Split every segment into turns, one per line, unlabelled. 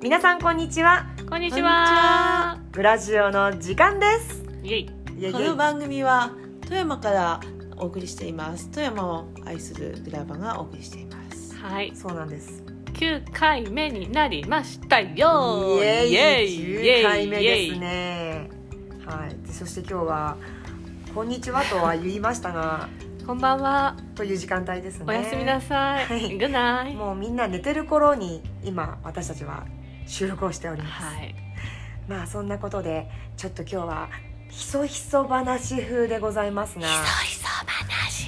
皆さんこんにちは
こんにちは。
ブラジオの時間です
イエイ。
いやい
こ
や
の番組は富山からお送りしています富山を愛するグラバがお送りしています
はい、
そうなんです
九回目になりましたよ。
イエイ
イ
10回目です。ねはいでそして今日は「こんにちは」とは言いましたが
こんばんは。
という時間帯ですね
おやすみなさい。
はい
Good night。
もうみんな寝てる頃に今私たちは収録をしております、
はい。
まあそんなことでちょっと今日はひそひそ話風でございますが
いそ話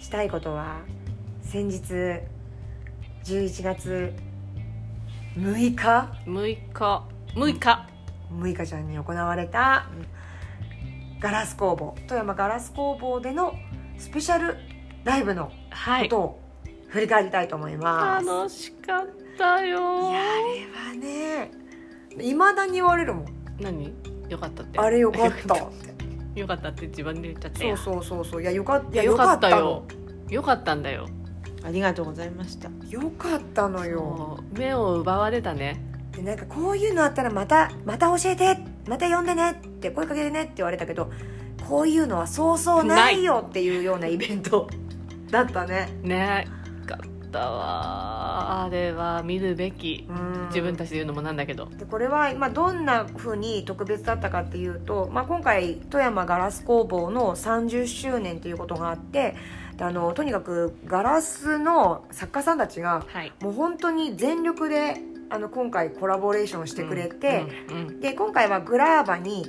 したいことは先日11月6日
を。六日。六日。
6日ちゃんに行われたガラス工房富山ガラス工房でのスペシャルライブの
は
こ
い。
とを振り返りたいと思います。
楽しかった
い
よ
や。あれはねいまだに言われるもん
何？よかったって。
あれよかったっ
よかったって自分で言っちゃって
て
よ。
そうそうそうそういやよかっ
い
た
やよかったよ
の。
よかったんだよ。
ありがとうございました
よかったのよ
もう目を奪われたね。
でなんかこういうのあったらまたまた教えてまた呼んでねって声かけてねって言われたけどこういうのはそうそうないよっていうようなイベント だったね
ねよかったわあれは見るべき
うん
自分たちで言うのもなんだけど
でこれは、まあ、どんなふうに特別だったかっていうと、まあ、今回富山ガラス工房の30周年ということがあってであのとにかくガラスの作家さんたちが
はい
もう本当に全力であの今回コラボレーションしてくれて、
うんうん
で今回はグラーバに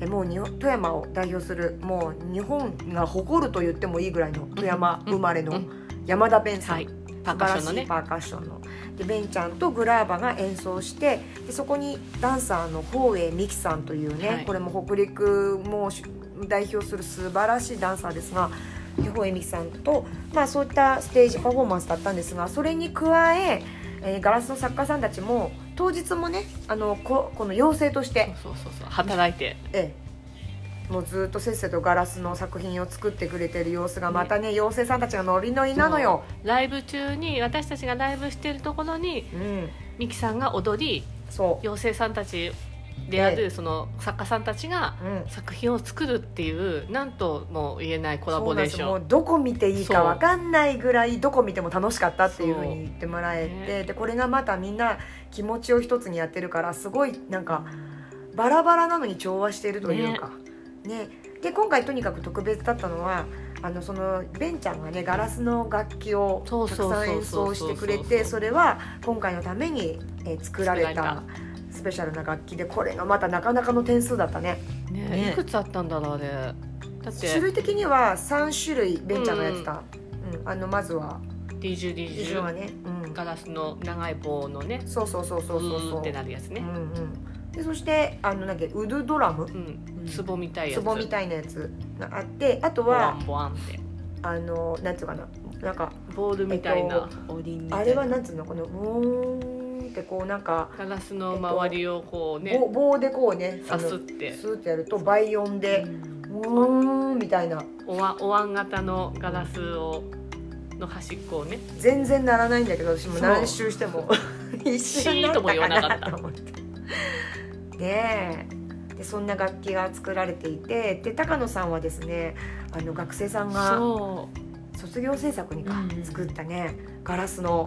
えもうに富山を代表するもう日本が誇ると言ってもいいぐらいの富山生まれ
うんう
の
ん
山田弁さん、
はいパーカッションのね
素晴らしいパーカッションの。でベンちゃんとグラーバが演奏してでそこにダンサーの宝永美樹さんというね、
はい
これも北陸もし代表する素晴らしいダンサーですがで宝永美樹さんと、まあ、そういったステージパフォーマンスだったんですがそれに加ええーガラスの作家さんたちも当日もねあのここの妖精として、
そうそうそう働いて
ええもうずっとせっせとガラスの作品を作ってくれてる様子がまたね妖精さんたちがノリノリなのよ。
ライブ中に私たちがライブしてるところに
うん
ミキさんが踊り
そ
妖精さんたちであ
え
るその作家さんたちが
う、うん、
作品を作るっていうなんとも言えないコラボレー
そ
シ
う
ョ
なん
ン
ですよもうどこ見ていいかわかんないぐらいどこ見ても楽しかったっていうふうに言ってもらえて、
そうね
でこれがまたみんな気持ちを一つにやってるからすごいなんかバラバラなのに調和してるというか。ねで今回とにかく特別だったのはあのそのベンちゃんがねガラスの楽器をた
そう
く
そう
さん演奏してくれて
そ
それは今回のために、えー作られ
作ら
たスペシャルな楽器でこれがまたなかなかの点数だったね。
ね
ね
いくつあったんだろうあれだって
種類的には3種類ベンちゃんがやってた、うんあのまずは
D10D10
衣装がね、うん、
ガラスの長い棒のね
そうそうそうそうそう
うー
そ
んっ
う
てなるやつ
う
ね、
んうん、でそしてあのなんだっけウドドラム
うん
うん
壺みたいやつ
壺みたいなやつがあってあと
ボワ
は
ンボワンって
あのなんつうかななんか
ボールみたいな、
えっ
おりんみたい
あれはなんつうのこのウォーンってこうなんか、
ガラスの周りをこうね
棒棒でこうねあ
さ
の
すっ
ス
て
ーッてやると倍音で
うん
ウォーンみたいな
おわお椀型のガラスをの端っこをね
全然ならないんだけど私も何周して も一
シ
緒に
ーンとも言わなかった
思ってねえでそんな楽器が作られていてで高野さんはですねあの学生さんが
そ
卒業制作にか
うんうん
作ったねガラスの、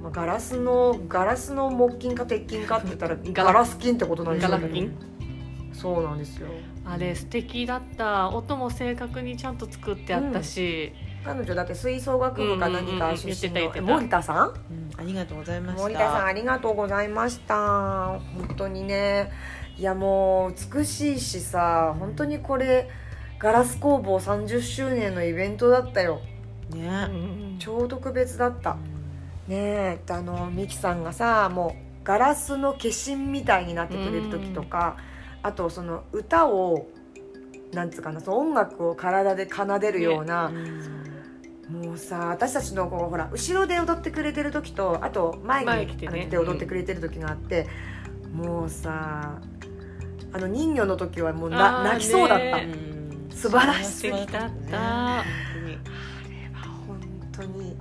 まあ、ガラスのガラスの木琴か鉄琴かって言ったら
ガ
ガ
ラ
ラス菌ってことなん
う
で
ガ
す
ラ
よ
ス
ね
金
そうなんですよ
あれ素敵だった音も正確にちゃんと作ってあったし、
彼女だって吹奏楽部か何か出身
うんうんうん言
の
ってた言って
え
た
森田さん
うんありがとうございました
森田さんありがとうございました本当にねいやもう美しいしさ本当にこれガラス工房30周年のイベントだったよ
うん
ね
超特別だったねえあのミキさんがさもうガラスの化身みたいになってくれる時とかあとその歌をなんつうかなその音楽を体で奏でるような、もうさ私たちのこうほら後ろで踊ってくれてる時とあと前に
前来てね
あの来て踊ってくれてる時があって、もうさあの人魚の時はもうな
あー
泣きそうだった、
ねえ
うん
素晴らしす
素
ぎ
敵だった、
本当に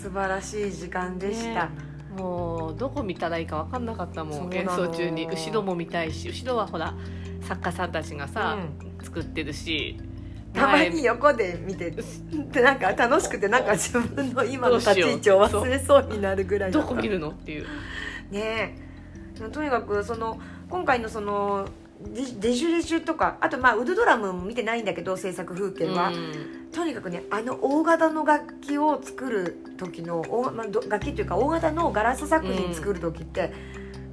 素晴らしい時間でした、
ねもうどこ見たらいいか分かんなかった
そ
も
うんな
演
の
奏中に後ろも見たいし後ろはほら作家さんたちがさ、作ってるした
まに横で見てでなんか楽しくてなんか自分の今の立ち位置を忘れそうになるぐらい
前
だっ
ど
た
こ見るのっていう
ねえとにかくその今回のそのデジデジュレジュとかあとまあウルドラムも見てないんだけど制作風景は、
うん
とにかくねあの大型の楽器を作る時の大、まあ、ど楽器というか大型のガラス作品作る時って、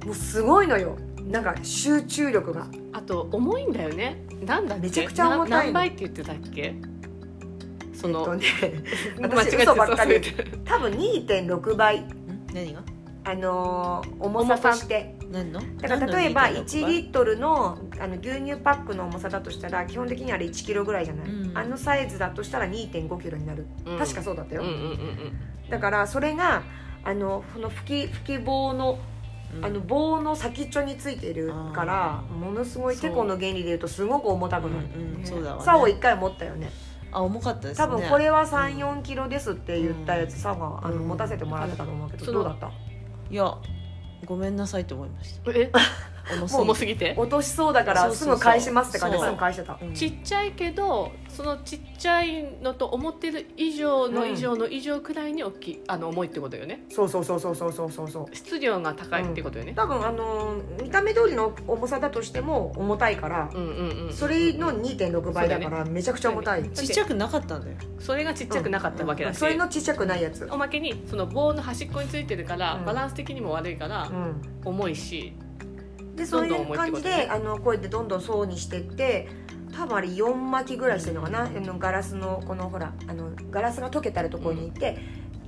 もうすごいのよなんか集中力が
あと重いんだよねなんだっけ
めちゃくちゃ重たいの
な何倍って言ってたっけその、
えっとね
間違え
私
て
嘘ばっかり
そうそう
多分2.6倍、
何が
あのー重さとして
何の
だから例えば1リ
リ
ットルのあの牛乳パックの重さだとしたら基本的にあれ1キロぐらいじゃない、
うん
あのサイズだとしたら2 5キロになる、
うん
確かそうだったよ、
うんうんうん
だからそれがあのこの吹き吹き棒のあの棒の先っちょについてるから
あー
ものすごい
そ
テ
う
コの原理で言うとすごく重たくなる、
うんうんそうだわね
サオ1回持ったよね
あ重かったですね
多分これは3
うん
4キロですって言ったやつ、
うん
サオがあの
うん
持たせてもらってたと思うけど
そ
ど
の
うだった
いやごめんなさいと思いました
うんえ
重すぎて
重すぎて
落としそうだか
そ
ら
うそ
す
うそう
ぐ返しますって感じで
そう
すぐ返してた
うん
ちっちゃいけどそのちっちゃいのと思ってる以上の以上の以上くらいに大きいあの重いってことよね
そうそうそうそうそうそうそうそう
質量が高いってことよね、
多分あのー見た目通りの重さだとしても重たいから、
うん、うんうんうん
それの2.6倍だからめちゃくちゃ重たい、
そうだ
ちっちゃくなかったんだよ
それがちっちゃくなかったわけだし、
それのちっちゃくないやつ、
おまけにその棒の端っこについてるから、
うん
バランス的にも悪いから
う
重いし
ん、でそ
ど
うんい
どん
う
重い
感じ
ってこと
で
ね
あのこうやってどんどん層にしてって多分あれ4巻きぐらいしてるのかな、あのガラスのこのほらあのガラスが溶けたるところに行って、こ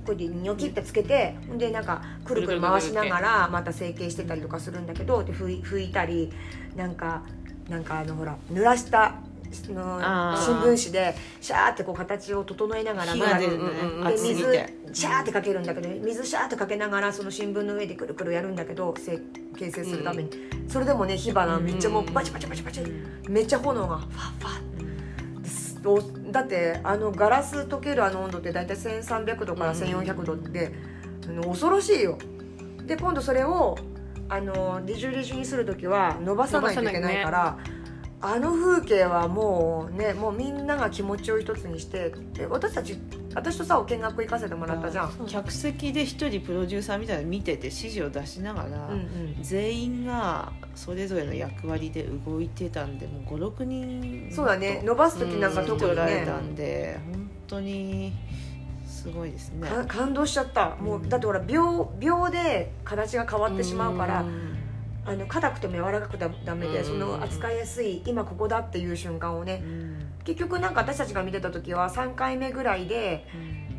うやってニョキってつけてほんでなんかくるくる回しながらまた成形してたりとかするんだけどで拭い拭いたりなんかなんかあのほら濡らしたその
あ
新
ー
聞紙でシャーってこう形を整えながら
火
まだ
が
で
出るんだ
うんうんうん
ね熱す
水
ぎて
シャーってかけるんだけど水シャーってかけながらその新聞の上でくるくるやるんだけどせ形成するために、それでもね火花めっちゃもう
うん
バチバチバチバチ
うん
めっちゃ炎がファッファッですおだってあのガラス溶けるあの温度って大体1300度から1400度って、あの恐ろしいよで今度それをあのデジュレジュにする時は伸ばさないといけないからあの風景はもうねもうみんなが気持ちを一つにしてで私たち私とさお見学行かせてもらったじゃん、
そう
客席で一人プロデューサーみたいなの見てて指示を出しながら、
うんうん、
全員がそれぞれの役割で動いてたんでもう56人
そうだね伸ばす時なんか
が
特
特
に
にられ
ね
たんで本当にすごいですね
か感動しちゃったも
う
うんだってほら秒秒で形が変わってしまうから
ん
あの硬くても柔らかくてもダメで
うん
その扱いやすい今ここだっていう瞬間を
う
ね
ん
結局なんか私たちが見てた時は3回目ぐらいで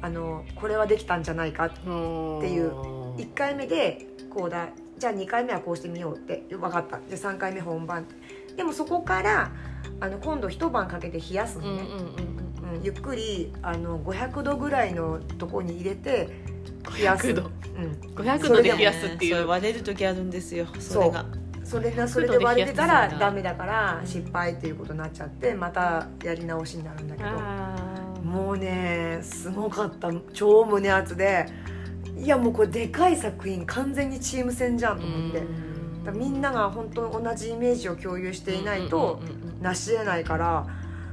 あのこれはできたんじゃないか
うん
っていう1回目でこうだじゃあ2回目はこうしてみようって分かったじゃあ3回目本番ってでもそこからあの今度一晩かけて冷やす
うんう
の
ん
ね、
うん
うんゆっくりあの500度ぐらいのとこに入れて冷やす
500度
うん
500
そ
度
れ
で
でも
冷やすってい
それ
う
割れる時あるんですよそれが
それがそれで割れてたら
100度で冷やすんだ
ダメだから失敗っていうことになっちゃってまたやり直しになるんだけど
あー
もうねすごかった超胸熱でいやもうこれでかい作品完全にチーム戦じゃんと思って
うん
だからみんなが本当に同じイメージを共有していないと
うんうんうんうん
成し得ないから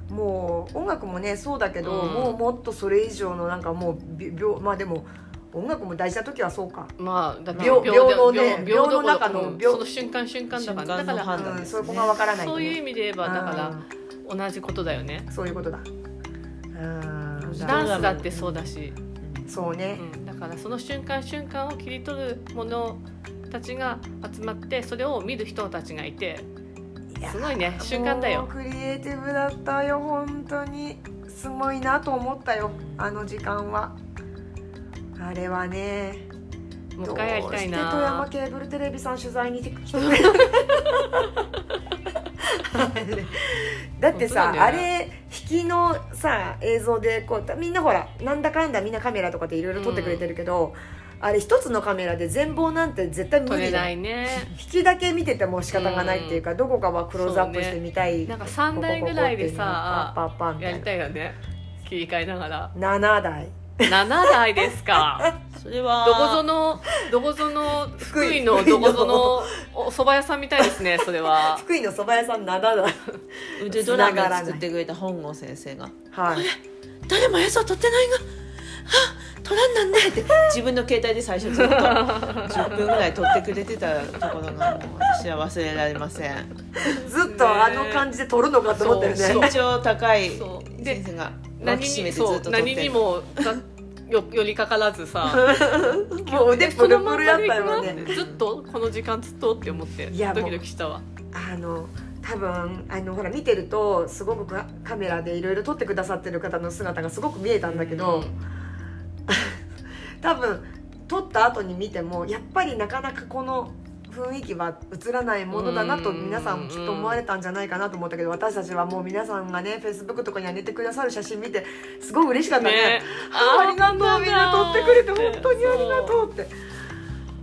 もう音楽もねそうだけど、
うん
もうもっとそれ以上のなんかもうび秒まあでも音楽も大事な時はそうか
まあだって
秒秒のね
秒秒
秒の中の
どころか
秒
その瞬間瞬間だから
瞬間の
だか
判断
うん
です
そ
ね
こがわからな
ら
いと
そう
ね
いう意味で言えばだから同じことだよね
そういうことだ。うん
うん
ダンスだってそうだし
そうね。
うんだからその瞬間瞬間を切り取るものたちが集まってそれを見る人たちがいて
いや
すごいね瞬間だ
もう
よ
クリエイティブだったよ本当にすごいなと思ったよあの時間は。あれはね。
もう一回やりたい
どうして富山
な
ケーブルテレビさん取材に来てくれる。だってさ、
本当
あ
だ
れ引きのさ映像でこうみんなほらなんだかんだみんなカメラとかでいろいろ撮ってくれてるけど、あれ一つのカメラで全貌なんて絶対無
撮
理
れ
じゃん
ないね
引きだけ見てても仕方がないっていうか、どこかはクローズアップしてみたい、
なんか3台ぐらいでさ
パッパッパッパッみた
や
い
り
な
たいよね切り替えながら
7台
7台です か
それは
どこぞのどこぞの
福井
福井のどこぞのお蕎麦屋さんみたいですねそ れは
福井の蕎麦屋さん7だ
腕ドラマを作ってくれた本郷先生が
はい
「誰も映像撮ってないがあ撮らんなんで」って自分の携帯で最初ずっと10分ぐらい撮ってくれてたところがもう私は忘れられません
ずっとあの感じで撮るのかと思ったよ
そ
ね
う
身長高い
そうで
先生が抱
何
きしめ
に
てずっ
そ
と
う
撮って
何に
る
もさよ寄りかから ずさ
もう腕プ
こ
ル
の
プ
まん
ル
ま
やっ
で
た
行く
よ
な
ね
ずっとこの時間ずっとって思って
いやもう
ドキドキしたわ
あの多分あのほら見てるとすごくカカメラでいろいろ撮ってくださってる方の姿がすごく見えたんだけど、多分撮った後に見てもやっぱりなかなかこの雰囲気は映らないものだなと
うん
皆さんもきっと思われたんじゃないかなと思ったけど私たちはもう皆さんがねフェイスブックとかに上げてくださる写真見てすごい嬉しかったね
ね
あありがとうみんな撮ってくれて本当にありが
う
とうって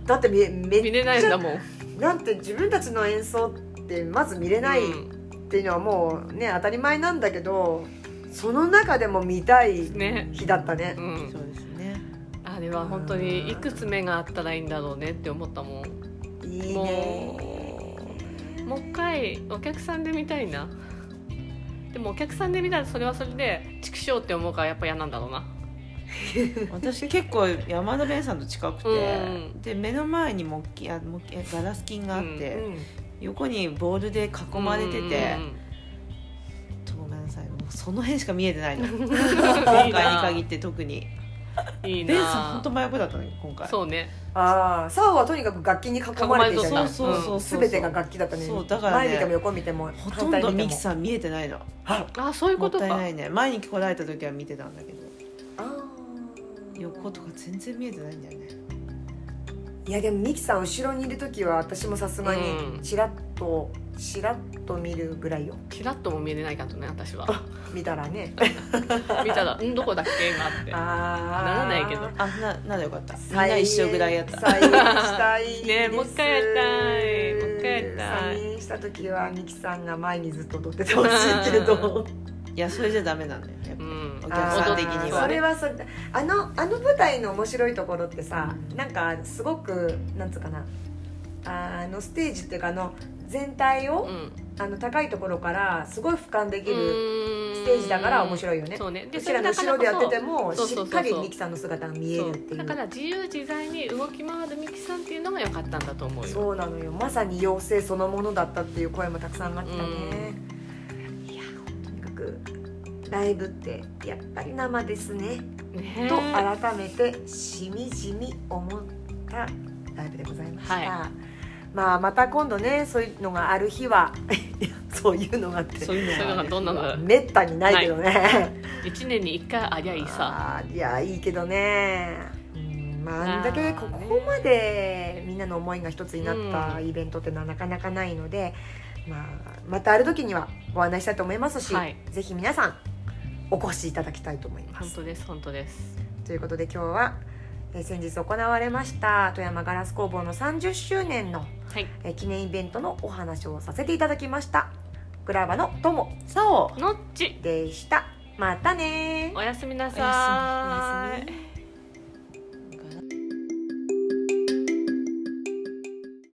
だって見えめ
見
っ
れないん
ち
だ
ゃ
もん
なんて自分たちの演奏ってまず見れない、
うん
っていうのはもうね当たり前なんだけどその中でも見たい
ね
日だったね
う
そ
ん
うですね
あれは本当にいくつ目があったらいいんだろうねって思ったもん
いいね
ももう一回お客さんで見たいなでもお客さんで見たらそれはそれで畜生って思うからやっぱ嫌なんだろうな
私結構山田弁さんと近くて、
うん
で目の前に木器あ木器えガラス菌があって、
うん
横にボールで囲まれてて、
う
ごめんなさいもうその辺しか見えてないの
んうんうん
今回に限って特に
いいな
ベンさん本当真横だったのよ今回
そうね
ああサオはとにかく楽器に囲まれていた
囲ま
よ
れ
ね
て
そうそうそうそう
全てが楽器だったね
そうだからね
前見ても横見ても
ほとんどミキ
ん
さん見えてないの
あ
あそういう
も
こ
っ
と
た
か
いないね前に来られた時は見てたんだけど
あー
横とか全然見えてないんだよね
いやでもミキさん後ろにいる時は私もさすがに
うん
チラッとチラッと見るぐらいよ
キラッとも見えないかとね私は
見たら ね
見たら「んどこだっけ?」があっ
あ
ならないけど
あなならよかったみんな一緒ぐらいやった
再演したいです
ねもう一回やったいもう一回やったい
再演した時はミキさんが前にずっと踊っててほしいけど
いやそれじゃダメなんだよやってぱ
うん
お客
あー
さん的には
そ
ね
れはそれであのあの舞台の面白いところってさなんかすごくなんつうかなあのステージっていうかあの全体を、
うん
あの高いところからすごい俯瞰できるス
ス
テージだから面白いよね、
そうねで
うちらの後ろでやってても
そう
し
そ
っ
うそ
か
うそう
りミキさんの姿が見えるってい
そううだから自由自在に動き回るミキさんっていうのが良かったんだと思うよ
そうなのよまさに妖精そのものだったっていう声もたくさんあったね、いやとにかくライブってやっぱり生ですね
ね
と改めてしみじみ思ったライブでございました、
は
まあまた今度ねそういうのがある日は いやそういうのがあって
そういう
そうい
の
うの
は
が
ね
どんなの
めったにないけどね
1年に1回ありゃいいさ
あーいやいいけどねうんまああんだけ
あー
ここまでみんなの思いが一つになった
う
イベントってのはなかなかないので、まあ、またある時にはご案内したいと思いますし、
はい
ぜひ皆さんお越しいただきたいと思いま
本
す。
当です本当です
ということで今日は、えー先日行われました富山ガラス工房の30周年の、
はい
えー記念イベントのお話をさせていただきました。グラバのとも
そう
のっち
でした。またねー
おやすみな
おや
さ
す
い
み